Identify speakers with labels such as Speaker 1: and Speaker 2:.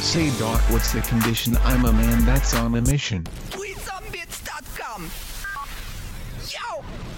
Speaker 1: Say doc what's the condition? I'm a man that's on a mission.
Speaker 2: WeZombits.com. Yo!